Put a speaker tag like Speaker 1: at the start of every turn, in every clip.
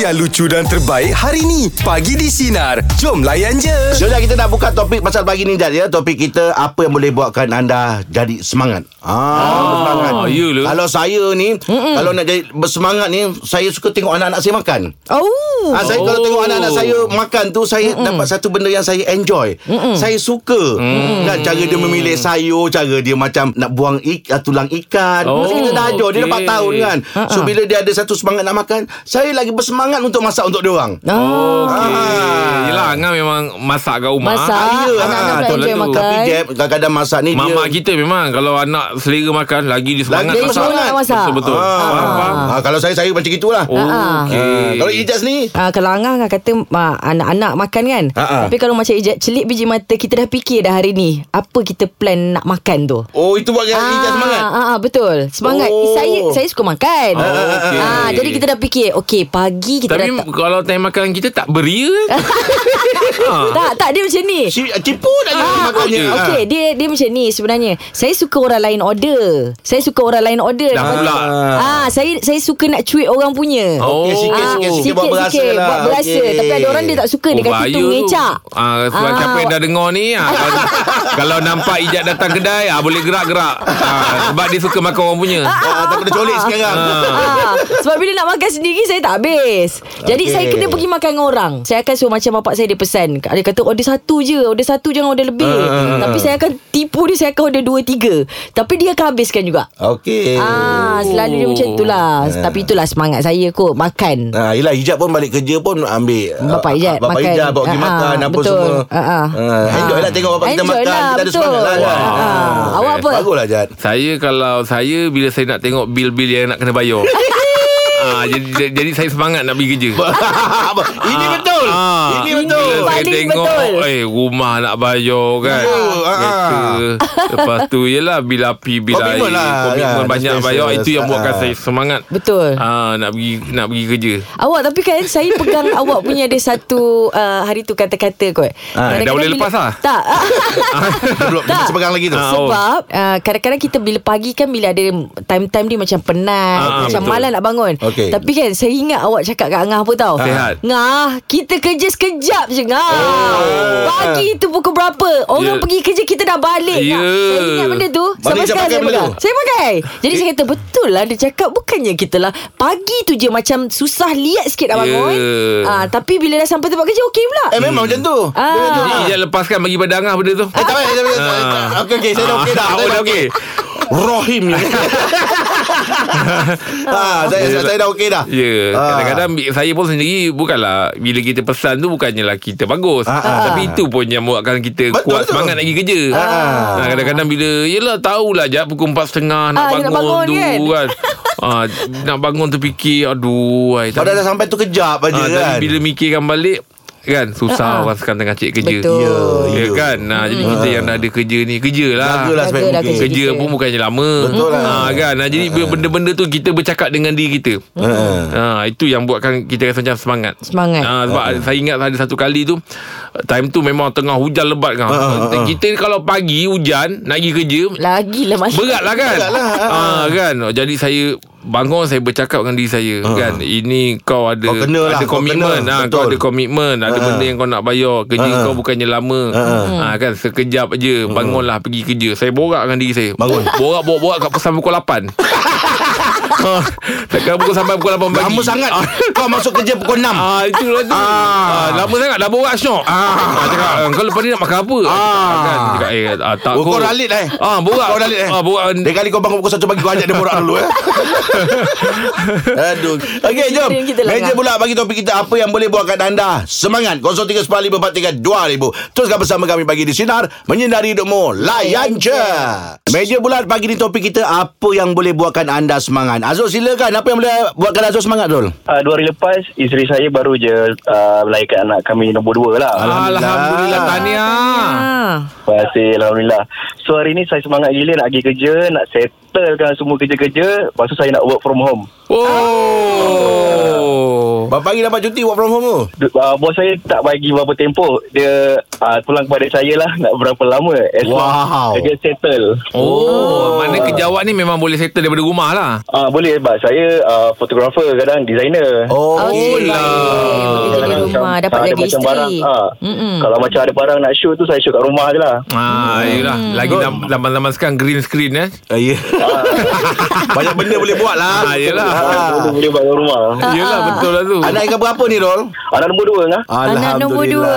Speaker 1: yang lucu dan terbaik hari ni. Pagi di Sinar. Jom layan je.
Speaker 2: Sudah kita nak buka topik pasal pagi ni Jad ya. Topik kita apa yang boleh buatkan anda jadi semangat. Ah, semangat.
Speaker 3: ya lah.
Speaker 2: Kalau saya ni Mm-mm. kalau nak jadi bersemangat ni saya suka tengok anak-anak saya makan.
Speaker 4: Oh.
Speaker 2: Ah, saya
Speaker 3: Oh.
Speaker 2: kalau tengok anak-anak saya makan tu saya Mm-mm. dapat satu benda yang saya enjoy. Mm-mm. Saya suka. Mm. Dan cara dia memilih sayur, cara dia macam nak buang ik, ah, tulang ikan. Oh,
Speaker 3: Oh,
Speaker 2: Masa kita dah ajar dia
Speaker 3: okey.
Speaker 2: dapat tahu ni kan. So bila dia ada satu semangat nak makan, saya lagi bersemangat untuk masak untuk dia orang.
Speaker 4: Oh.
Speaker 3: Ah. Yelah Angah memang masak kat rumah
Speaker 4: Masak.
Speaker 2: Ah, ya, ah,
Speaker 4: Anak-anak pula
Speaker 3: tu
Speaker 4: enjoy
Speaker 3: lalu.
Speaker 4: makan.
Speaker 2: Tapi Jeb kadang-kadang masak ni
Speaker 3: Mamak
Speaker 2: dia
Speaker 3: kita memang Kalau anak selera makan Lagi dia semangat
Speaker 2: Lagi
Speaker 4: Dia
Speaker 3: masak
Speaker 4: suruh nak masak.
Speaker 3: Betul-betul
Speaker 2: Ah.
Speaker 3: Faham, faham?
Speaker 2: Ah, kalau saya saya macam gitulah.
Speaker 3: Oh,
Speaker 4: Ah.
Speaker 3: okay.
Speaker 2: Ah, kalau Ijaz ni
Speaker 4: Ah, kalau Angah kan kata ah, anak-anak makan kan
Speaker 3: Ah,
Speaker 2: Ha, ha.
Speaker 4: Tapi kalau macam ijat celik biji mata Kita dah fikir dah hari ni Apa kita plan nak makan tu
Speaker 2: Oh itu buat ah. Ijaz semangat
Speaker 4: ah, ah, Betul Semangat
Speaker 2: Oh.
Speaker 4: oh. Saya saya suka makan
Speaker 3: Oh, okey.
Speaker 4: ah, Jadi kita dah fikir Okay pagi kita
Speaker 3: Tapi
Speaker 4: dah tak,
Speaker 3: kalau time makan kita tak beria
Speaker 4: tak tak dia macam ni
Speaker 2: Si, Tipu dah ah.
Speaker 4: Ah,
Speaker 2: makannya
Speaker 4: okay, okay. Dia dia macam ni sebenarnya. Saya suka orang lain order. Saya suka orang lain order.
Speaker 3: Dah pula
Speaker 4: Ah, saya saya suka nak cuit orang punya.
Speaker 3: Oh.
Speaker 2: Okey,
Speaker 4: Ah,
Speaker 2: sikit-sikit sikit buat berasa
Speaker 4: sikit,
Speaker 2: lah.
Speaker 4: Buat berasa.
Speaker 2: Okey.
Speaker 4: Tapi ada orang dia tak suka dia kata
Speaker 3: Oh, bahaya
Speaker 4: tu
Speaker 3: tu.
Speaker 4: ngecak.
Speaker 3: ah, Sebab
Speaker 4: Ah.
Speaker 3: siapa yang dah dengar ni ah, kalau, kalau nampak Ijat datang kedai ah, Boleh gerak-gerak ah, Sebab dia suka makan orang punya
Speaker 2: Ah, tak kena colik sekarang.
Speaker 4: Ah, sebab bila nak makan sendiri Saya tak habis Jadi
Speaker 2: Okey.
Speaker 4: saya kena pergi makan dengan orang Saya akan suruh macam bapak saya dia pesan Dia kata order satu je Order satu jangan order lebih Tapi saya akan tipu dia Saya akan order dua tiga Tapi dia akan habiskan juga
Speaker 2: Okey. Ah.
Speaker 4: Ah, Selalu dia
Speaker 3: Oh.
Speaker 4: macam itulah Tapi itulah semangat saya kot Makan
Speaker 2: Ah, yelah hijab pun balik kerja pun ambil ah,
Speaker 4: Bapak Ijat
Speaker 2: Bapak
Speaker 4: makan.
Speaker 2: Ijat bawa pergi
Speaker 4: Ah, ah,
Speaker 2: makan apa
Speaker 4: betul.
Speaker 2: semua.
Speaker 4: Ah, ah.
Speaker 2: Ah, enjoy lah tengok bapak kita
Speaker 4: Enjoy
Speaker 2: makan.
Speaker 4: lah,
Speaker 2: kita ada
Speaker 4: betul.
Speaker 2: semangat lah. Jad.
Speaker 4: Ah, ah.
Speaker 2: Ah,
Speaker 4: Awak apa?
Speaker 2: Baguslah Jad.
Speaker 3: Saya kalau Saya bila saya nak tengok Bil-bil yang nak kena bayar ah, jadi, jadi saya semangat nak pergi kerja
Speaker 2: Apa? Ini
Speaker 3: Ah,
Speaker 2: betul.
Speaker 3: ah.
Speaker 2: Ini
Speaker 3: Bila
Speaker 2: betul.
Speaker 3: saya
Speaker 4: paling
Speaker 3: tengok,
Speaker 4: betul.
Speaker 3: Eh rumah nak bayar kan
Speaker 2: Betul, ah,
Speaker 3: Kereta Lepas tu yelah Bila api bila air
Speaker 2: Komitmen lah, kan,
Speaker 3: Komitmen
Speaker 4: Ya,
Speaker 3: banyak
Speaker 2: expenses,
Speaker 3: bayar Itu yang buatkan
Speaker 2: ah.
Speaker 3: saya semangat
Speaker 4: Betul.
Speaker 3: ah, Nak pergi nak pergi kerja
Speaker 4: Awak tapi kan saya pegang awak punya ada satu uh, hari tu kata-kata kot.
Speaker 3: Ah,
Speaker 4: Kadang-kadang
Speaker 3: dah boleh
Speaker 4: bila-
Speaker 3: lepas lah?
Speaker 4: Tak.
Speaker 2: Kita belum kita
Speaker 4: Tak.
Speaker 2: sepegang lagi tu.
Speaker 3: Ah, oh.
Speaker 4: Sebab uh, kadang-kadang kita bila pagi kan bila ada time-time dia macam penat,
Speaker 3: Ah,
Speaker 4: macam
Speaker 3: betul.
Speaker 4: malas nak bangun.
Speaker 2: Okey.
Speaker 4: Tapi kan saya ingat awak cakap kat Angah apa tau?
Speaker 3: Sihat.
Speaker 4: Ngah, kita kerja sekejap je Ngah. Oh. Pagi tu pukul berapa? Orang
Speaker 3: Ya.
Speaker 4: pergi kerja kita dah balik. Ngah.
Speaker 3: Ya.
Speaker 4: Saya ingat benda tu. Sampai
Speaker 2: Balik siap
Speaker 4: sekarang
Speaker 2: pakai
Speaker 4: saya
Speaker 2: benda
Speaker 4: pegang.
Speaker 2: tu?
Speaker 4: Saya pakai. Jadi saya kata betul lah dia cakap bukannya kita lah pagi tu je macam susah liat sikit nak
Speaker 3: Ya.
Speaker 4: bangun. Ah, tapi bila dah sampai tempat kerja okey pula.
Speaker 2: Eh memang macam tu.
Speaker 4: Ah.
Speaker 2: Dia macam-
Speaker 3: Jadi Ijat lepaskan bagi pada Angah benda tu
Speaker 2: Eh tak payah tak payah, tak payah.
Speaker 3: Ah.
Speaker 2: Okey okey saya dah okey dah.
Speaker 3: Ah,
Speaker 2: Saya
Speaker 3: oh, dah okey.
Speaker 2: Rohim ni. ah, saya, saya, saya dah okey dah.
Speaker 3: Ya yeah.
Speaker 2: Ah.
Speaker 3: Kadang-kadang bi- Saya pun sendiri Bukanlah Bila kita pesan tu Bukannya lah kita bagus
Speaker 2: Ah, ah.
Speaker 3: Tapi itu pun yang Buatkan kita
Speaker 2: Betul,
Speaker 3: betul, Kuat
Speaker 2: betul. Ah.
Speaker 3: betul. semangat nak pergi kerja Nah, Kadang-kadang bila Yelah tahulah Jat pukul 4.30 Nak
Speaker 4: Ah,
Speaker 3: bangun,
Speaker 4: nak bangun
Speaker 3: tu
Speaker 4: kan?
Speaker 3: kan, ah, Nak bangun terfikir Aduh ay,
Speaker 2: Padahal dah sampai tu kejap aja
Speaker 3: Ah,
Speaker 2: kan.
Speaker 3: tapi bila mikirkan balik kan susah uh-huh. orang sekarang tengah cik kerja.
Speaker 4: Betul. Ya,
Speaker 3: ya
Speaker 2: ya.
Speaker 3: kan. Nah, jadi kita yang dah ada kerja ni kerjalah.
Speaker 2: Jagalah sebaik lah
Speaker 4: Jagalah
Speaker 2: mungkin.
Speaker 4: lah kerja
Speaker 3: Kerja
Speaker 4: kita.
Speaker 3: pun bukannya lama.
Speaker 2: Betul lah.
Speaker 3: Ah, kan. Nah, jadi bila benda-benda tu kita bercakap dengan diri kita.
Speaker 2: Ah.
Speaker 3: Ha, itu yang buatkan kita rasa macam semangat.
Speaker 4: Semangat.
Speaker 3: Ha, sebab uh saya ingat ada satu kali tu time tu memang tengah hujan lebat
Speaker 2: Ah,
Speaker 3: kan.
Speaker 2: ah, ah.
Speaker 3: Kita kalau pagi hujan nak pergi kerja
Speaker 4: Lagilah malas.
Speaker 3: Berat lah kan
Speaker 2: Berat lah, ah.
Speaker 3: ha, kan Jadi saya Bangun saya bercakap dengan diri saya ha. Kan Ini kau ada
Speaker 2: Ah. Kau kena lah,
Speaker 3: Ada
Speaker 2: kau
Speaker 3: komitmen
Speaker 2: kena.
Speaker 3: ha,
Speaker 2: Betul.
Speaker 3: Kau ada komitmen Ada
Speaker 2: Ah.
Speaker 3: benda yang kau nak bayar Kerja
Speaker 2: Ah.
Speaker 3: kau bukannya lama ha, kan Sekejap je Bangunlah pergi kerja Saya borak dengan diri saya
Speaker 2: Bangun.
Speaker 3: Borak-borak-borak kat pesan pukul 8 ha, Dekat pukul sampai pukul 8 pagi
Speaker 2: Lama sangat.
Speaker 3: Ah.
Speaker 2: Kau masuk kerja pukul 6.
Speaker 3: Ah itulah tu. Ah, lama sangat dah borak syok. Ah, cakap "Ah, kau lepas ni nak makan apa? Ah, kan cakap eh ah, tak
Speaker 2: Oh, kau
Speaker 3: kot."
Speaker 2: ralit lah, eh.
Speaker 3: Ah, borak.
Speaker 2: Kau ralit, eh.
Speaker 3: Ah, borak.
Speaker 2: Dia kali kau bangun pukul 1 pagi Kau ajak dia borak dulu eh. Aduh Okey jom
Speaker 4: Kira kita lah, lengah.
Speaker 2: Meja pula bagi topik kita Apa yang boleh buatkan anda Semangat 0315432000 Teruskan bersama kami Pagi di Sinar Menyinari hidupmu Layan je Meja bulat pagi ni topik kita Apa yang boleh buatkan anda semangat Azul silakan Apa yang boleh buatkan Azul semangat Azul
Speaker 5: Uh, dua hari lepas Isteri saya baru je uh, Melahirkan anak kami Nombor dua lah
Speaker 3: Alhamdulillah, Alhamdulillah Tahniah.
Speaker 4: Ah.
Speaker 5: Terima kasih Alhamdulillah So hari ni saya semangat gila Nak pergi kerja Nak settlekan semua kerja-kerja Lepas tu saya nak work from home
Speaker 3: Oh.
Speaker 5: Oh.
Speaker 2: Berapa hari dapat cuti Work from home tu
Speaker 5: ah, Du- uh, Bos saya tak bagi berapa tempoh Dia uh, tulang kepada saya lah nak berapa lama as
Speaker 2: Wow.
Speaker 5: long kerja settle
Speaker 3: Oh, mana kejawat ni memang boleh settle daripada rumah lah.
Speaker 5: uh, boleh sebab saya uh, fotografer kadang designer
Speaker 2: Oh.
Speaker 4: Okey,
Speaker 3: lah.
Speaker 4: baik. Boleh kerja di
Speaker 5: Kadang-kadang
Speaker 4: rumah
Speaker 5: macam,
Speaker 4: Dapat
Speaker 5: ah, ada
Speaker 4: jaga
Speaker 5: macam
Speaker 4: isteri Hmm.
Speaker 5: barang, ah.
Speaker 4: Mm-mm.
Speaker 5: Kalau macam ada barang nak shoot tu Saya shoot kat rumah je lah
Speaker 3: Ah, yelah. Lagi zaman- zaman-zaman sekarang green screen eh.
Speaker 2: Ah, ya. Banyak benda boleh buat lah.
Speaker 3: Ah, yelah.
Speaker 5: Boleh boleh buat kat rumah
Speaker 3: Yelah, betul lah tu.
Speaker 2: Anak yang berapa ni, Rol?
Speaker 5: Anak nombor dua kan
Speaker 4: Anak nombor dua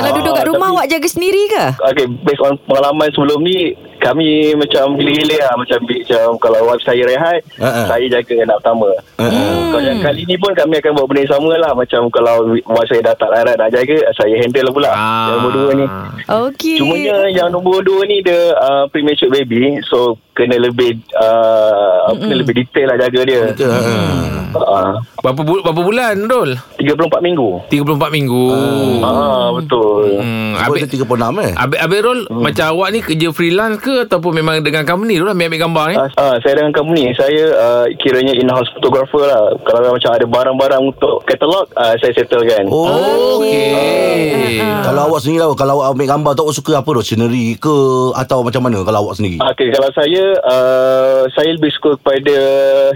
Speaker 4: Kalau duduk kat
Speaker 5: Ah,
Speaker 4: rumah
Speaker 5: tapi-
Speaker 4: Awak jaga sendiri ke?
Speaker 5: Okay, based on pengalaman sebelum ni Kami macam gila-gila lah Macam, macam kalau wife saya rehat
Speaker 2: Ha, ha.
Speaker 5: Saya jaga anak pertama
Speaker 2: Ha,
Speaker 5: Kalau yang kali ni pun kami akan buat benda yang sama lah Macam kalau wife saya dah tak larat nak jaga Saya handle lah pula
Speaker 3: Ah.
Speaker 5: Yang nombor dua ni
Speaker 4: Okey
Speaker 5: Cumanya yang nombor dua ni dia uh, premature baby so kena lebih uh, kena lebih detail lah jaga dia.
Speaker 2: eh,
Speaker 3: Hmm.
Speaker 5: Uh,
Speaker 3: Berapa, bu- berapa bulan, Rol?
Speaker 5: 34 minggu.
Speaker 3: 34 minggu.
Speaker 5: Ah betul.
Speaker 3: Hmm,
Speaker 2: Habis
Speaker 3: habis,
Speaker 2: dia 36 eh.
Speaker 3: Abang, Abang Rol hmm. Macam awak ni Kerja freelance ke Ataupun memang dengan company tu lah Ambil-ambil gambar ni
Speaker 5: Ah,
Speaker 2: Eh?
Speaker 5: ah, saya dengan company Saya uh, kiranya in-house photographer lah Kalau macam ada barang-barang untuk katalog uh, Saya settlekan oh.
Speaker 2: Oh.
Speaker 3: Okey
Speaker 5: Ah.
Speaker 2: Kalau awak sendiri lah Kalau awak ambil gambar tu Awak suka apa tu Scenery ke Atau macam mana Kalau awak sendiri
Speaker 5: Ah, Okay, kalau saya uh, Saya lebih suka kepada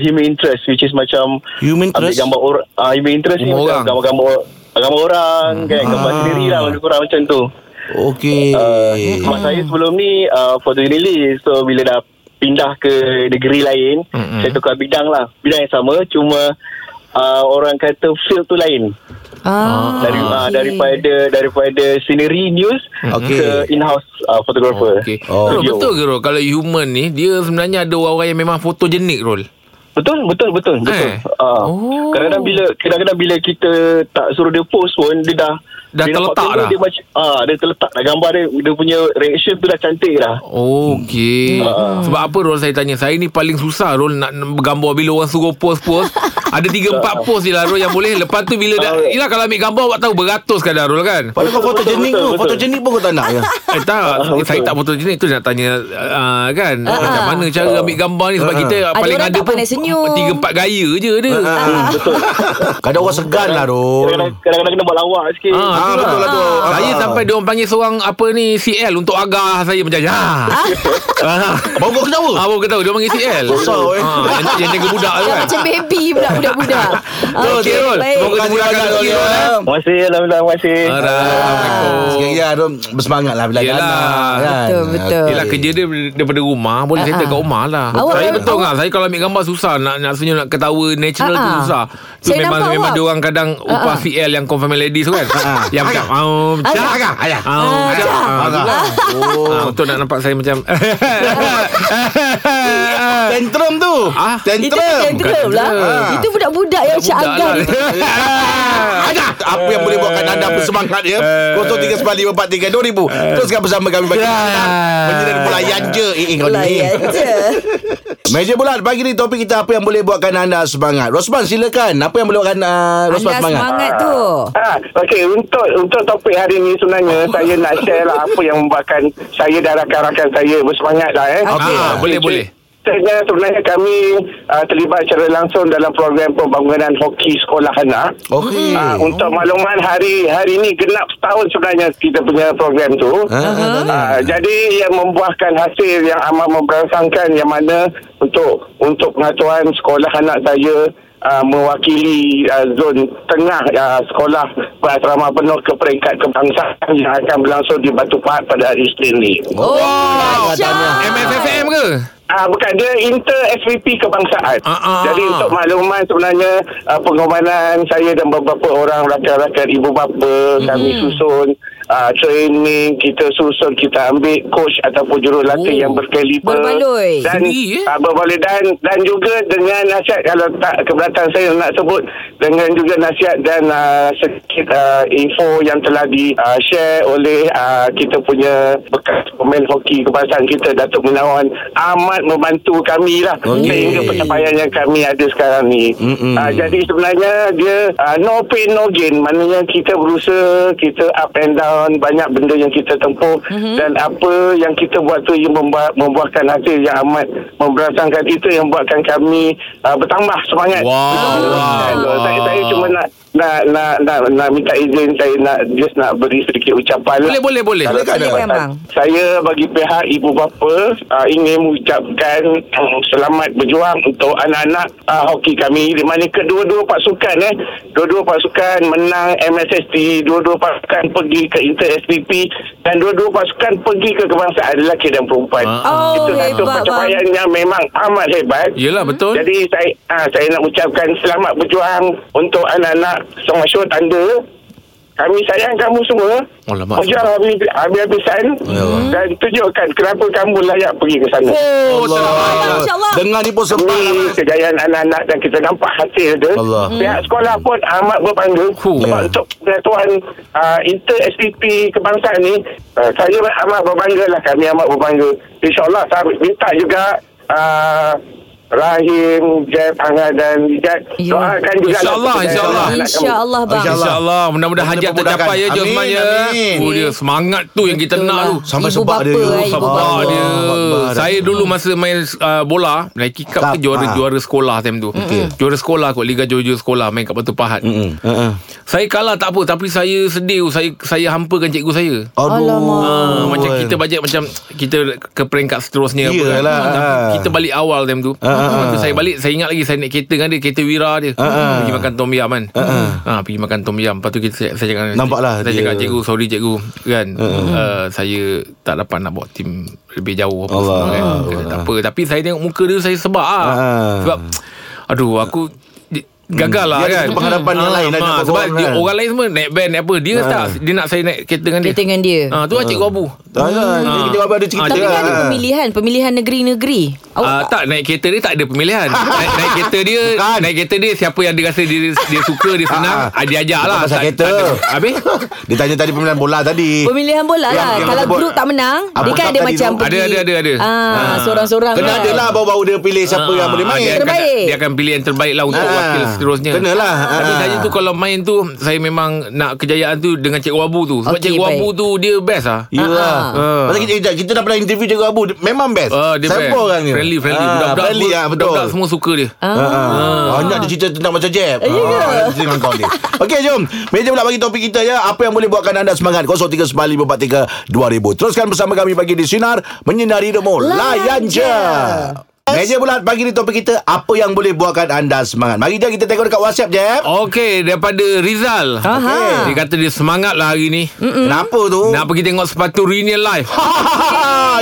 Speaker 5: Human interest Which is macam
Speaker 2: Human
Speaker 5: Ambil
Speaker 2: interest?
Speaker 5: gambar orang uh, Human interest ni
Speaker 3: Rumah
Speaker 5: macam
Speaker 3: orang.
Speaker 5: Gambar-gambar or- Gambar orang kan Gambar
Speaker 2: Ah.
Speaker 5: sendiri lah Lebih kurang macam tu
Speaker 2: Okey
Speaker 5: Mak saya sebelum ni uh, Photo journalist So bila dah Pindah ke negeri lain
Speaker 3: Mm-mm.
Speaker 5: Saya tukar bidang lah Bidang yang sama Cuma uh, Orang kata Field tu lain
Speaker 4: ah,
Speaker 5: dari, uh,
Speaker 4: okey.
Speaker 5: Daripada Daripada Scenery news
Speaker 2: Okey.
Speaker 5: Ke in-house uh, Photographer
Speaker 3: Okey
Speaker 2: Oh.
Speaker 3: Rol betul ke Rol Kalau human ni Dia sebenarnya ada orang-orang Yang memang fotogenik Rol
Speaker 5: Betul betul betul betul.
Speaker 3: Eh.
Speaker 5: Ah.
Speaker 3: Oh.
Speaker 5: Kadang-kadang bila kadang-kadang bila kita tak suruh dia post pun dia dah
Speaker 3: Dah
Speaker 5: dia nampak
Speaker 3: terletak
Speaker 5: tengok
Speaker 3: dah.
Speaker 5: Dia macam ah dia terletak dah gambar dia dia punya reaction tu dah cantik dah.
Speaker 3: Oh, Okey Sebab apa Rol saya tanya Saya ni paling susah Rol nak gambar Bila orang suruh post-post Ada 3-4 post je lah Rol yang boleh Lepas tu bila dah Yelah kalau ambil gambar Awak tahu beratus kadang Rol kan
Speaker 2: Padahal kau
Speaker 5: Betul,
Speaker 2: fotogenik
Speaker 5: betul,
Speaker 2: tu
Speaker 5: betul.
Speaker 2: Fotogenik pun kau tak nak ya
Speaker 3: Eh tak
Speaker 5: betul.
Speaker 3: Saya tak fotogenik tu Nak tanya uh, kan Macam mana cara ambil gambar ni Sebab kita
Speaker 4: Ada
Speaker 3: paling
Speaker 4: orang
Speaker 3: ada
Speaker 4: tak
Speaker 3: pun
Speaker 4: pandai senyum.
Speaker 3: Tiga empat gaya je dia
Speaker 2: ah,
Speaker 5: Betul.
Speaker 2: Hmm. Kadang orang segan lah tu
Speaker 5: Kadang-kadang kadang-kadang kena buat lawak sikit.
Speaker 3: Oh. Ah,
Speaker 2: Ah,
Speaker 3: tu
Speaker 2: betul lah tu. Ah.
Speaker 3: Saya sampai dia orang panggil seorang apa ni CL untuk agak saya macam ya. Ah,
Speaker 2: Baru kau ketawa
Speaker 3: ah, baru ketahu dia orang panggil CL.
Speaker 2: Besar, eh.
Speaker 3: Ah, yang- yang jaga budak
Speaker 4: Dah
Speaker 3: tu kan.
Speaker 4: macam baby pula Budak-budak
Speaker 3: Okey,
Speaker 4: Okey,
Speaker 3: Rol.
Speaker 4: baik.
Speaker 2: Kan,
Speaker 3: Semoga dimudahkan
Speaker 2: banyak,
Speaker 3: rezeki
Speaker 2: Rol,
Speaker 3: Rol. eh.
Speaker 2: ya.
Speaker 5: Terima kasih Alhamdulillah Terima kasih
Speaker 3: Assalamualaikum.
Speaker 2: Sekiranya Rom Bersemangat lah Bila ada
Speaker 3: Yelah.
Speaker 2: anak kan?
Speaker 4: Betul, betul.
Speaker 3: Yelah kerja dia daripada rumah Boleh
Speaker 4: Ah,
Speaker 3: settle
Speaker 4: ah.
Speaker 3: kat rumah lah
Speaker 4: Awak-
Speaker 3: Saya
Speaker 4: awak-
Speaker 3: betul kan Saya kalau ambil gambar susah Nak nak senyum Nak ketawa natural
Speaker 4: Ah,
Speaker 3: tu
Speaker 4: ah.
Speaker 3: susah Tu
Speaker 4: Saya
Speaker 3: memang
Speaker 4: nampak
Speaker 3: Memang
Speaker 4: awak. Ah,
Speaker 3: dia orang kadang Upah CL yang confirm ladies tu kan
Speaker 2: ah.
Speaker 3: Yang macam um, Cak Agak Ayah
Speaker 4: Ah,
Speaker 3: Ayah
Speaker 4: cak.
Speaker 3: Ah, tu lah.
Speaker 2: Oh.
Speaker 3: Ah, Betul nak nampak saya macam eh,
Speaker 2: Tantrum tu
Speaker 3: Ah.
Speaker 4: Itu bukan tantrum lah
Speaker 3: Ah.
Speaker 4: Itu budak-budak yang macam
Speaker 3: Budak
Speaker 4: agak
Speaker 3: lah.
Speaker 4: ni.
Speaker 2: Ada Ah. Apa yang boleh buatkan anda bersemangat
Speaker 4: Eh.
Speaker 2: ya 0395432000 Teruskan bersama kami
Speaker 4: Ya.
Speaker 2: Bagi Menyerang pelayan je Eh eh, kau ni
Speaker 4: Layan je
Speaker 2: Meja bulat pagi ni topik kita apa yang boleh buatkan anda semangat. Rosman silakan. Apa yang boleh buatkan uh,
Speaker 4: Anda
Speaker 2: Rosman semangat?
Speaker 4: semangat tu
Speaker 6: Ha, okey untuk untuk topik hari ni sebenarnya saya nak share lah apa yang membuatkan saya dan rakan-rakan saya bersemangat lah eh.
Speaker 3: Ah,
Speaker 2: Okey.
Speaker 3: ah, Boleh boleh
Speaker 6: Sebenarnya, sebenarnya kami uh, terlibat secara langsung dalam program pembangunan hoki sekolah anak.
Speaker 2: Okey.
Speaker 6: Ah, untuk makluman hari hari ni genap setahun sebenarnya kita punya program tu.
Speaker 2: Ah, ah, ah.
Speaker 6: Ah, jadi yang membuahkan hasil yang amat memberangsangkan yang mana untuk untuk pengaturan sekolah anak saya ah, mewakili ah, zon tengah ah, sekolah berasrama penuh ke peringkat kebangsaan yang akan berlangsung di Batu Pahat pada hari Isnin ni.
Speaker 4: Oh dahsyat.
Speaker 3: MSFM ke?
Speaker 6: Ah bukan dia inter SVP kebangsaan.
Speaker 3: Ah, ah,
Speaker 6: Jadi
Speaker 3: ah.
Speaker 6: untuk makluman sebenarnya uh, pengumumanan saya dan beberapa orang rakan-rakan ibu bapa kami
Speaker 3: Hmm.
Speaker 6: susun uh, training kita susun kita ambil coach ataupun jurulatih
Speaker 3: Oh.
Speaker 6: yang berkaliber
Speaker 4: Berbaloi.
Speaker 6: dan
Speaker 3: Sendiri, eh?
Speaker 6: ah, berbaloi dan dan juga dengan nasihat kalau tak keberatan saya nak sebut dengan juga nasihat dan uh, sedikit uh, info yang telah di uh, share oleh uh, kita punya bekas pemain hoki kebangsaan kita Datuk Gunawan amat membantu kami lah
Speaker 2: Okey.
Speaker 6: sehingga pencapaian yang kami ada sekarang ni.
Speaker 2: Mm-mm.
Speaker 6: Uh, jadi sebenarnya dia uh, no pain no gain maknanya kita berusaha kita up and down banyak benda yang kita tempuh mm-hmm. dan apa yang kita buat tu yang membuat, membuahkan hasil yang amat memberasangkan itu yang buatkan kami uh, ah, bertambah semangat
Speaker 3: Wow.
Speaker 6: Dan, uh, saya, saya cuma nak nak nak nak nak, nak minta izin saya nak just nak beri sedikit ucapan
Speaker 3: Boleh,
Speaker 6: lah.
Speaker 3: boleh, boleh.
Speaker 2: Silakan,
Speaker 4: Boleh,
Speaker 2: Abang.
Speaker 4: Abang.
Speaker 6: Saya bagi pihak ibu bapa uh, ingin mengucapkan um, selamat berjuang untuk anak-anak uh, hoki kami di mana kedua-dua pasukan eh dua-dua pasukan menang MSST dua-dua pasukan pergi ke Inter SPP dan dua-dua pasukan pergi ke kebangsaan lelaki dan perempuan.
Speaker 3: Ah.
Speaker 4: Oh,
Speaker 6: Itu satu
Speaker 4: hebat, Abang.
Speaker 6: pencapaian yang memang amat hebat.
Speaker 3: Yelah, betul.
Speaker 6: Jadi saya ah, saya nak ucapkan selamat berjuang untuk anak-anak semua syut anda. Kami sayang kamu semua.
Speaker 3: Alamak. Ya
Speaker 6: Berjuang habis, habis-habisan dan tunjukkan kenapa kamu layak pergi ke sana.
Speaker 3: Oh, selamat.
Speaker 4: Allah, insyaAllah.
Speaker 2: Dengar ni pun sempat.
Speaker 6: Demi kejayaan anak-anak dan kita nampak hasil dia.
Speaker 2: Allah.
Speaker 6: Pihak
Speaker 4: Hmm.
Speaker 6: sekolah pun amat berbangga.
Speaker 3: Huh.
Speaker 6: Sebab
Speaker 2: Ya.
Speaker 6: untuk persatuan uh, inter SPP kebangsaan ni, uh, saya amat berbangga lah. Kami amat berbangga. InsyaAllah saya minta juga uh, Rahim, Jeb, Angah dan Ijat
Speaker 4: Ya.
Speaker 6: doakan juga.
Speaker 3: InsyaAllah,
Speaker 6: lah
Speaker 3: insyaAllah.
Speaker 6: anak-anak kamu.
Speaker 4: InsyaAllah bang.
Speaker 2: InsyaAllah.
Speaker 3: InsyaAllah Mudah-mudahan
Speaker 2: Mudah-mudahan
Speaker 3: hajat tercapai ya
Speaker 2: memudahkan.
Speaker 3: Josman ya
Speaker 2: Amin, amin.
Speaker 3: Oh dia semangat tu yang kita
Speaker 4: Betul
Speaker 3: nak
Speaker 4: lah.
Speaker 3: tu
Speaker 2: Sampai
Speaker 4: Ibu
Speaker 2: sebab
Speaker 4: bapa,
Speaker 2: dia. ya.
Speaker 4: eh, ibu
Speaker 2: Sabar
Speaker 4: bapa.
Speaker 3: Sabar dia
Speaker 2: Akbar.
Speaker 3: Saya dulu masa main uh, bola Nike Cup
Speaker 2: Cup,
Speaker 3: tu juara
Speaker 2: ah.
Speaker 3: juara sekolah time tu Hmm. Juara sekolah kot Liga juara-juara sekolah Main kat Batu Pahat
Speaker 2: Mm-mm. Ha, Ha-ha.
Speaker 3: Saya kalah tak apa Tapi saya sedih Saya saya hampakan cikgu saya
Speaker 2: Aduh.
Speaker 4: Alamak.
Speaker 3: Ah,
Speaker 2: Oh.
Speaker 3: macam kita bajet macam kita ke peringkat seterusnya
Speaker 2: Iyalah,
Speaker 3: apa kan. Tapi
Speaker 2: ah.
Speaker 3: kita balik awal time tu.
Speaker 2: ah,
Speaker 3: Lepas tu saya balik saya ingat lagi saya naik kereta dengan dia kereta Wira dia.
Speaker 2: ah.
Speaker 3: Pergi makan tom yam kan. Ha pergi makan tom yam. Lepas tu kita saya, saya cakap
Speaker 2: Nampaklah
Speaker 3: saya
Speaker 2: dia- Ah,
Speaker 3: cakap cikgu sorry cikgu kan. Uh, saya tak dapat nak bawa tim lebih jauh apa
Speaker 2: Allah.
Speaker 3: semua kan.
Speaker 2: Allah.
Speaker 3: Tak apa tapi saya tengok muka dia saya sebab ah.
Speaker 2: Ah. Hmm.
Speaker 3: Sebab aduh aku di- Gagal lah
Speaker 2: Dia ada
Speaker 3: kan
Speaker 2: satu pengharapan yang
Speaker 3: Ah,
Speaker 2: lain lah
Speaker 3: ah,
Speaker 2: nampak
Speaker 3: Sebab
Speaker 2: korang
Speaker 3: dia,
Speaker 2: kan. Ah.
Speaker 3: orang lain semua Naik band naik apa Dia tak Dia nak saya naik kereta dengan dia
Speaker 4: Kereta dengan dia.
Speaker 3: Ah, tu lah Cikgu Abu.
Speaker 2: Tak lah. Dia
Speaker 3: Ah.
Speaker 2: kita apa ada cerita
Speaker 4: Tapi
Speaker 2: lah.
Speaker 4: kan ada pemilihan Pemilihan negeri-negeri Awak
Speaker 3: Ah, tak naik kereta dia tak ada pemilihan. naik, naik kereta dia,
Speaker 2: Bukan.
Speaker 3: naik kereta dia siapa yang dia rasa dia dia suka, dia senang,
Speaker 2: Ah, ah.
Speaker 3: ah, dia ajak
Speaker 2: Bukan
Speaker 3: lah.
Speaker 2: pasal
Speaker 3: Tak-
Speaker 2: kereta.
Speaker 3: tak ada- Habis?
Speaker 2: Dia tanya tadi pemilihan bola tadi.
Speaker 4: Pemilihan bola
Speaker 2: Eh. Yang-
Speaker 4: lah
Speaker 2: yang
Speaker 4: Kalau
Speaker 2: abang-
Speaker 4: grup tak menang
Speaker 2: abang
Speaker 4: Dia kan
Speaker 2: cakap
Speaker 4: ada
Speaker 2: tadi
Speaker 4: macam
Speaker 2: tu.
Speaker 4: pergi-
Speaker 3: Ada, ada, ada, ada.
Speaker 4: Ah, Seorang-seorang
Speaker 2: Kena
Speaker 4: kan.
Speaker 2: ada lah baru-baru dia pilih siapa yang boleh
Speaker 3: Ah, Dia
Speaker 2: main.
Speaker 3: akan,
Speaker 4: Terbaik.
Speaker 3: dia akan pilih yang terbaik lah untuk
Speaker 2: Ah,
Speaker 3: wakil seterusnya.
Speaker 2: kenalah.
Speaker 3: Tapi
Speaker 2: Ah.
Speaker 3: saya tu kalau main tu, saya memang nak kejayaan tu dengan Cikgu Abu tu. Sebab
Speaker 4: Okey,
Speaker 3: Cikgu
Speaker 4: baik.
Speaker 3: Abu tu dia best lah.
Speaker 2: Yelah
Speaker 3: Ah.
Speaker 2: Pasal kita, kita, kita dah pernah interview Cikgu Abu Dia- Memang best
Speaker 3: Ah, dia
Speaker 2: Siapa
Speaker 3: best.
Speaker 2: orangnya
Speaker 3: Friendly, friendly.
Speaker 2: Ah,
Speaker 3: budak-budak,
Speaker 2: friendly,
Speaker 3: semua,
Speaker 2: ah, betul.
Speaker 3: budak-budak semua suka dia.
Speaker 2: Ah. Banyak dia cerita tentang macam Jeb.
Speaker 4: Eh, ya
Speaker 2: Ah, cerita dengan kau ni. Okey, jom. Meja pula bagi topik kita ya. Apa yang boleh buatkan anda semangat? 0395432000. Teruskan bersama kami pagi di Sinar. Menyinari hidupmu. Layan
Speaker 4: Layan
Speaker 2: je. Meja bulat pagi ni topik kita Apa yang boleh buatkan anda semangat Mari jom kita tengok dekat WhatsApp Jeb
Speaker 3: Okey, daripada Rizal.
Speaker 4: Aha.
Speaker 3: Dia kata dia semangat lah hari ni.
Speaker 4: Mm.
Speaker 2: Kenapa tu? Ha,
Speaker 3: Nak pergi tengok sepatu Reunion Live.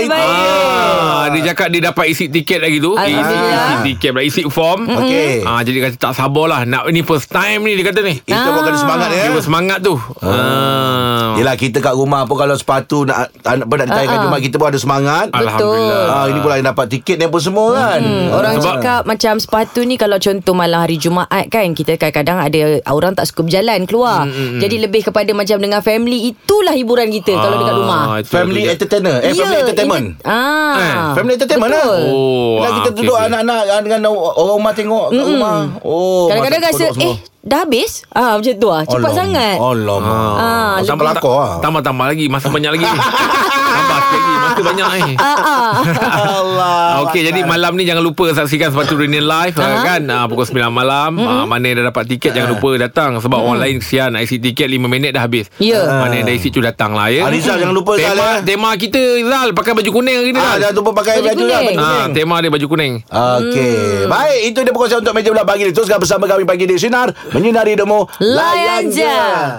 Speaker 2: Itu
Speaker 3: Ah, dia cakap dia dapat isi tiket lagi tu. Eh, Isi,
Speaker 4: Alhamdulillah.
Speaker 3: isi tiket pula isi form.
Speaker 2: Okey.
Speaker 3: Ah, jadi dia kata tak sabarlah. Nak ni first time ni dia kata ni.
Speaker 2: Itu buatkan dia semangat ya
Speaker 3: Dia bersemangat tu. Ah.
Speaker 2: Yelah kita kat rumah pun Kalau sepatu nak, apa nak ditayangkan
Speaker 4: Ah.
Speaker 2: Jumat Kita pun ada semangat
Speaker 3: Alhamdulillah.
Speaker 2: Ah, ini pula yang dapat tiket ni apa semua kan.
Speaker 4: Hmm. Orang
Speaker 3: Sebab-
Speaker 4: Sebab cakap macam sepatu ni kalau contoh malam hari Jumaat kan kita kadang-kadang ada orang tak suka berjalan keluar. Mm, Jadi lebih kepada macam dengan family itulah hiburan kita kalau dekat rumah.
Speaker 3: Ah, itu-
Speaker 2: family
Speaker 3: itu dia.
Speaker 2: entertainer. Eh, family
Speaker 4: Ya,
Speaker 2: entertainment.
Speaker 4: ini- Ah.
Speaker 3: Eh,
Speaker 2: Family entertainment lah.
Speaker 4: Betul.
Speaker 3: Oh,
Speaker 2: Bila
Speaker 3: ah,
Speaker 2: kita
Speaker 3: okey,
Speaker 2: duduk
Speaker 3: okey.
Speaker 2: anak-anak dengan orang rumah tengok kat rumah. Oh.
Speaker 4: Kadang-kadang
Speaker 2: masak
Speaker 4: rasa
Speaker 2: kodok semua.
Speaker 4: eh dah habis. Ah macam tu ah. Cepat
Speaker 2: Alamak.
Speaker 4: sangat.
Speaker 2: Alamak.
Speaker 4: Ah,
Speaker 2: Macam
Speaker 3: Tambah-
Speaker 2: pelakor lah.
Speaker 3: Tambah-tambah lagi Masa banyak lagi Tambah sikit lagi Masa banyak eh
Speaker 4: Ah, ah.
Speaker 2: Allah.
Speaker 3: Ah, Okey jadi malam ni jangan lupa saksikan sepatu reunion live ah, kan ah, pukul 9 malam ah, mana yang dah dapat tiket jangan lupa datang sebab orang lain kesian nak isi tiket 5 minit dah habis. Ah,
Speaker 4: Ya.
Speaker 3: Mana yang dah isi tu datang lah ya.
Speaker 2: Ah, Rizal, jangan lupa, Zal,
Speaker 3: tema,
Speaker 2: eh.
Speaker 3: tema kita Rizal pakai baju kuning hari ni
Speaker 2: Ah,
Speaker 3: Zal.
Speaker 2: dah lupa pakai
Speaker 4: Baju
Speaker 2: baju lah.
Speaker 4: kuning.
Speaker 2: baju
Speaker 3: Ah,
Speaker 2: kuning.
Speaker 3: tema dia baju kuning.
Speaker 4: Hmm.
Speaker 2: Okey. Baik, itu dia perkongsian untuk meja bulat pagi ni. Teruskan bersama kami pagi di Sinar. Menyinari demo.
Speaker 4: Layan je.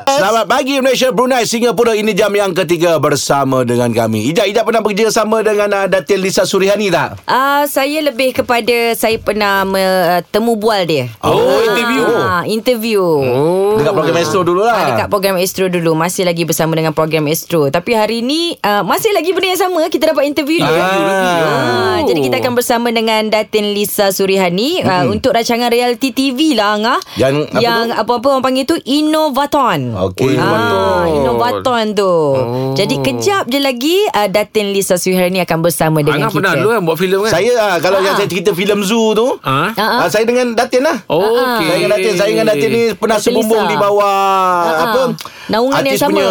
Speaker 2: Selamat pagi Malaysia, Brunei, Singapura. Ini jam yang ketiga bersama dengan kami. Ijat, Ijat pernah bekerja sama dengan uh, Datil Lisa Surihani tak?
Speaker 4: Ah, saya lebih kepada saya pernah me, eh, temu bual dia.
Speaker 3: Oh, interview.
Speaker 4: Ah, interview.
Speaker 3: Oh.
Speaker 2: Dekat program Astro dulu
Speaker 4: Ah,
Speaker 2: lah.
Speaker 4: dekat program Astro dulu Masih lagi bersama dengan program Astro Tapi hari ni uh, Masih lagi benda yang sama Kita dapat interview dia ah. Jadi kita akan bersama dengan Datin Lisa Surihani mm-hmm. uh, Untuk rancangan reality TV lah Angah
Speaker 2: Yang apa
Speaker 4: Yang
Speaker 2: tu?
Speaker 4: apa-apa orang panggil tu Innovaton
Speaker 2: Okey.
Speaker 4: ah,
Speaker 3: Innovaton.
Speaker 4: Innovaton tu oh. Jadi kejap je lagi uh, Datin Lisa Surihani akan bersama dengan
Speaker 3: Angah
Speaker 4: kita
Speaker 3: pernah dulu kan buat filem kan?
Speaker 2: Saya ah, kalau yang saya cerita filem Zoo tu,
Speaker 3: Ah.
Speaker 2: ah, saya dengan Datin lah.
Speaker 3: Oh, okey.
Speaker 2: Saya dengan Datin Saya dengan Datin ni Pernah
Speaker 4: Datin
Speaker 2: sebumbung
Speaker 4: Lisa.
Speaker 2: di bawah
Speaker 4: Ha-ha.
Speaker 2: Apa
Speaker 4: Naungan yang
Speaker 2: Artis
Speaker 4: sama.
Speaker 2: punya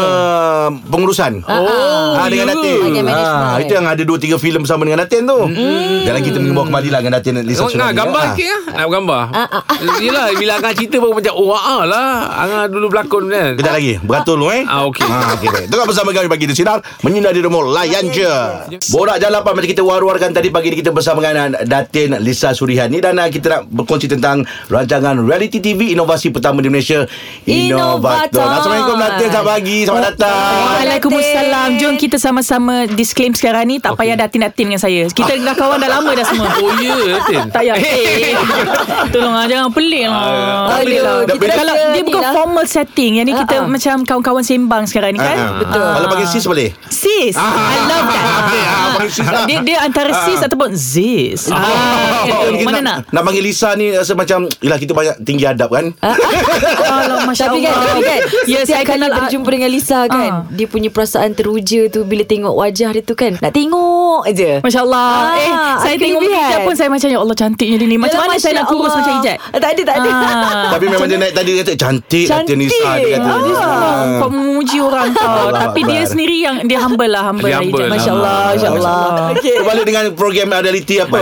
Speaker 2: Pengurusan
Speaker 4: Oh,
Speaker 2: Ah, Dengan
Speaker 3: ya.
Speaker 2: Datin
Speaker 4: Bahagian management.
Speaker 2: Ah, Itu yang ada 2-3 filem Bersama dengan Datin tu mm. Dan kita mengimbau kembali lah Dengan Datin dan Lisa
Speaker 3: Hmm. Tengok Angah
Speaker 2: Surani
Speaker 3: gambar
Speaker 2: Ah.
Speaker 3: sikit lah Nak gambar Yelah bila Angah cerita pun macam macam Oh ah lah Angah dulu berlakon kan
Speaker 2: Kejap lagi Beratur dulu eh
Speaker 3: Ah, okey.
Speaker 2: ah, okay, baik. Tengok bersama kami Pagi di Sinar Menyinari rumah Layan je Borak jalan apa Macam kita war-warkan tadi Pagi ni kita bersama dengan Datin Lisa Surihani Dan ah, kita nak berkongsi tentang Rancangan reality TV Inovasi pertama di Malaysia
Speaker 4: Inovator.
Speaker 2: Inovator. Assalamualaikum Datin Selamat pagi Selamat
Speaker 7: Oh,
Speaker 2: datang
Speaker 7: Waalaikumsalam Jom kita sama-sama Disclaim sekarang ni Tak payah datin-datin dengan saya Kita dah kawan dah lama dah semua
Speaker 3: Oh ya Tin
Speaker 7: Tak payah eh. Tolong lah Jangan pelik lah
Speaker 4: ah.
Speaker 7: Pelik lah.
Speaker 4: Aduh, kita
Speaker 7: Kalau
Speaker 4: rasa
Speaker 7: dia
Speaker 4: ni
Speaker 7: bukan
Speaker 4: lah.
Speaker 7: formal setting Yang ni kita
Speaker 4: Ha-ha.
Speaker 7: macam Kawan-kawan sembang sekarang ni kan
Speaker 2: Ah, ah. Kalau panggil sis boleh
Speaker 7: Sis I love that
Speaker 2: Okey, ah, panggil sis lah.
Speaker 7: Dia, dia antara sis Ataupun Ziz ah,
Speaker 2: Oh,
Speaker 7: gitu. Mana nak
Speaker 2: nak panggil Lisa ni rasa macam Yelah kita banyak tinggi adab kan
Speaker 4: Ah,
Speaker 7: Alah, Masya
Speaker 4: Tapi kan,
Speaker 7: Allah.
Speaker 4: tapi kan
Speaker 7: Ya,
Speaker 4: yes,
Speaker 7: saya
Speaker 4: Setiap kali
Speaker 7: kenal Ah.
Speaker 4: berjumpa dengan Lisa kan Dia punya perasaan teruja tu Bila tengok wajah dia tu kan Nak tengok je
Speaker 7: Masya Allah
Speaker 4: Ah,
Speaker 7: Eh saya
Speaker 4: aku
Speaker 7: tengok
Speaker 4: lihat.
Speaker 7: hijab pun Saya macam Ya Allah cantiknya dia ni Macam
Speaker 4: Yalah,
Speaker 7: mana saya
Speaker 4: Masya
Speaker 7: nak kurus Ah.
Speaker 4: Allah. Ah,
Speaker 7: macam hijab
Speaker 4: Tak ada, tak ada.
Speaker 2: Tapi memang dia naik tadi dia kata Cantik Datin Lisa Dia kata
Speaker 7: Ah, dia senang Kau memuji orang tau
Speaker 2: Allah
Speaker 7: Tapi dia
Speaker 2: Akbar.
Speaker 7: sendiri yang Dia humble lah humble
Speaker 3: Dia
Speaker 7: lah
Speaker 3: humble
Speaker 7: hijab.
Speaker 3: lah.
Speaker 7: Masya Allah Masya Allah
Speaker 2: Okay. Berbalik dengan program reality apa?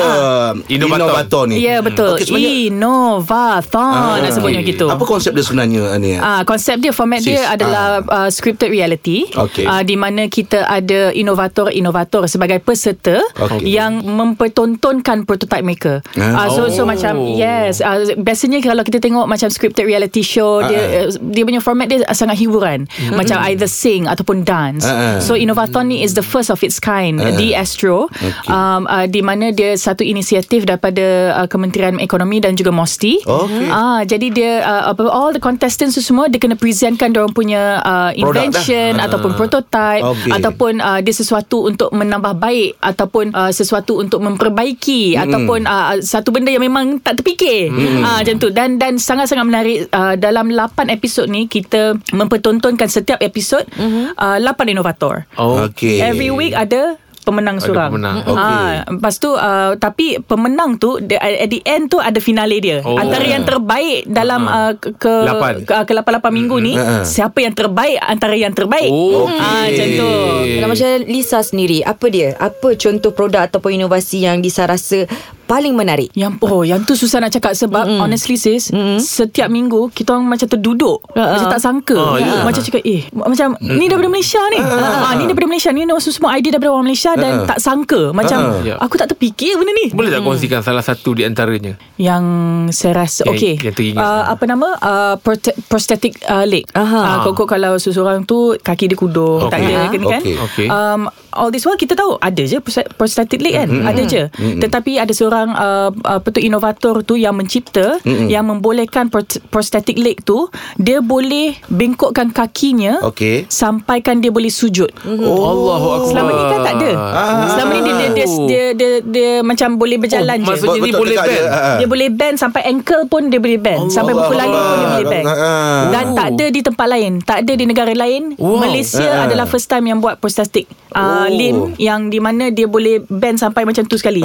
Speaker 3: Inovator.
Speaker 2: Inovator ni.
Speaker 7: Ya betul
Speaker 2: Okey, sebenarnya Ah,
Speaker 7: Innovathon Nak sebutnya
Speaker 3: okey.
Speaker 7: gitu
Speaker 2: apa konsep dia sebenarnya ni? Ah.
Speaker 7: Ah, konsep dia format
Speaker 2: Sis, Ah.
Speaker 7: dia adalah uh, scripted reality
Speaker 2: Okey.
Speaker 7: Ah, di mana kita ada inovator-inovator sebagai peserta
Speaker 2: Okey.
Speaker 7: yang mempertontonkan prototype mereka.
Speaker 2: Ah.
Speaker 7: Ah, so so
Speaker 3: Oh.
Speaker 7: macam yes, ah, biasanya kalau kita tengok macam scripted reality show
Speaker 2: Ah,
Speaker 7: dia eh, dia punya format dia sangat hiburan. Macam either sing ataupun dance.
Speaker 2: Hmm. Ah, ah.
Speaker 7: So Innovathon ni is the first of its kind di Astro um, ah, di mana dia satu inisiatif daripada ah, Kementerian Ekonomi dan juga MOSTI.
Speaker 2: Okey.
Speaker 7: Ah, jadi dia uh, apa all the contestants tu semua dia kena presentkan dia orang punya uh,
Speaker 2: Produk
Speaker 7: invention
Speaker 2: dah.
Speaker 7: ataupun prototype
Speaker 2: Okey.
Speaker 7: ataupun uh, dia sesuatu untuk menambah baik ataupun uh, sesuatu untuk memperbaiki ataupun uh, satu benda yang memang tak terfikir. Ah macam tu dan dan sangat-sangat menarik uh, dalam 8 episod ni kita mempertontonkan setiap episod uh, 8 inovator.
Speaker 3: Oh
Speaker 2: Okey.
Speaker 7: Every week ada pemenang
Speaker 3: Ada
Speaker 7: surang.
Speaker 3: pemenang.
Speaker 7: Mm-mm. Ah, lepas tu uh, tapi pemenang tu dia- at the end tu ada finale dia.
Speaker 3: Oh. Ah.
Speaker 7: Antara yang terbaik dalam uh, ke ke
Speaker 3: Lapan.
Speaker 7: ke, ke 8 minggu ni siapa yang terbaik antara yang terbaik.
Speaker 3: Oh okey.
Speaker 7: Ah macam tu.
Speaker 4: Kalau macam Lisa sendiri Apa dia? Apa contoh produk Ataupun inovasi Yang Lisa rasa Paling menarik
Speaker 7: Yang oh yang tu susah nak cakap sebab mm honestly sis mm setiap minggu kita orang macam terduduk uh-huh. macam tak sangka
Speaker 3: Ah,
Speaker 7: uh,
Speaker 3: ya.
Speaker 7: yeah. macam cakap eh macam ni daripada Malaysia ni uh-huh. ah, ni daripada Malaysia ni ni semua idea daripada orang Malaysia dan tak sangka macam
Speaker 3: Ah.
Speaker 7: aku tak terfikir benda ni
Speaker 3: Boleh tak kongsikan Salah satu di antaranya
Speaker 7: yang saya rasa
Speaker 3: Yang-
Speaker 7: okey
Speaker 3: yang teringat.
Speaker 7: uh, apa nama uh, prote- prosthetic uh, leg
Speaker 4: Aha.
Speaker 7: uh, kau kalau seseorang tu kaki dia kudung tak
Speaker 3: Okey.
Speaker 7: ada kan kan
Speaker 2: Okey.
Speaker 3: Okey.
Speaker 7: um all this while kita tahu ada je prosth- prosthetic leg kan ada je tetapi ada seorang uh, apa tu inovator tu yang mencipta yang membolehkan pro- prosthetic leg tu dia boleh bengkokkan kakinya
Speaker 2: Okey.
Speaker 7: sampaikan dia boleh sujud
Speaker 2: Mm-hmm.
Speaker 3: oh. Allahu Akbar
Speaker 7: Hmm. Selama ni kan tak ada. Selama ni dia dia dia, dia, dia, dia macam boleh berjalan
Speaker 3: Oh,
Speaker 7: je.
Speaker 3: maksudnya ni boleh band.
Speaker 2: Dia Ah,
Speaker 7: Dia boleh bend sampai ankle pun dia boleh bend. sampai
Speaker 2: Allah
Speaker 7: buku langit pun dia boleh bend.
Speaker 2: Allah.
Speaker 7: Dan tak ada di tempat lain. Tak ada di negara lain.
Speaker 3: Wow.
Speaker 7: Malaysia adalah first time yang buat prosthetic
Speaker 2: Oh.
Speaker 7: uh, limb yang di mana dia boleh bend sampai macam tu sekali.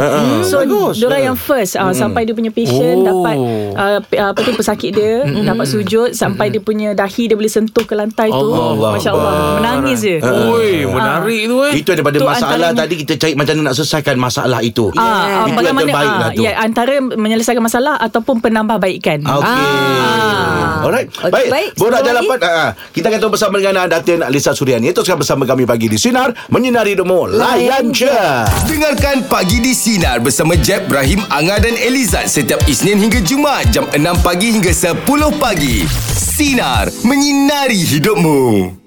Speaker 7: So
Speaker 2: Hmm, Bagus.
Speaker 7: diorang yang first uh, sampai dia punya patient
Speaker 3: Oh.
Speaker 7: dapat uh, p- uh, apa tu pesakit dia
Speaker 2: Hmm.
Speaker 7: dapat sujud sampai dia punya dahi dia boleh sentuh ke lantai tu.
Speaker 3: Allah
Speaker 7: Masya-Allah. Menangis je.
Speaker 3: Oi menarik tu eh
Speaker 2: Itu daripada
Speaker 7: Tu
Speaker 2: masalah
Speaker 7: antaranya.
Speaker 2: tadi kita cari macam mana nak selesaikan masalah itu.
Speaker 7: Ah, ah,
Speaker 2: Itu yang
Speaker 7: bagaimana
Speaker 2: terbaik
Speaker 7: ah,
Speaker 2: lah tu.
Speaker 7: ya antara menyelesaikan masalah ataupun kan? penambahbaikan.
Speaker 2: Ah, Okey.
Speaker 4: Ah.
Speaker 2: Alright.
Speaker 4: Okey,
Speaker 2: baik.
Speaker 4: baik.
Speaker 2: Borak
Speaker 4: Satu
Speaker 2: jalan
Speaker 4: lagi.
Speaker 2: dapat. Ah, ah. kita akan terus bersama dengan Datin Lisa Suryani. Teruskan bersama kami pagi di Sinar. Menyinari Demo. Layan je.
Speaker 1: Dengarkan Pagi di Sinar bersama Jeb, Ibrahim, Anga dan Elizad setiap Isnin hingga Jumaat jam 6 pagi hingga 10 pagi. Sinar, menyinari hidupmu.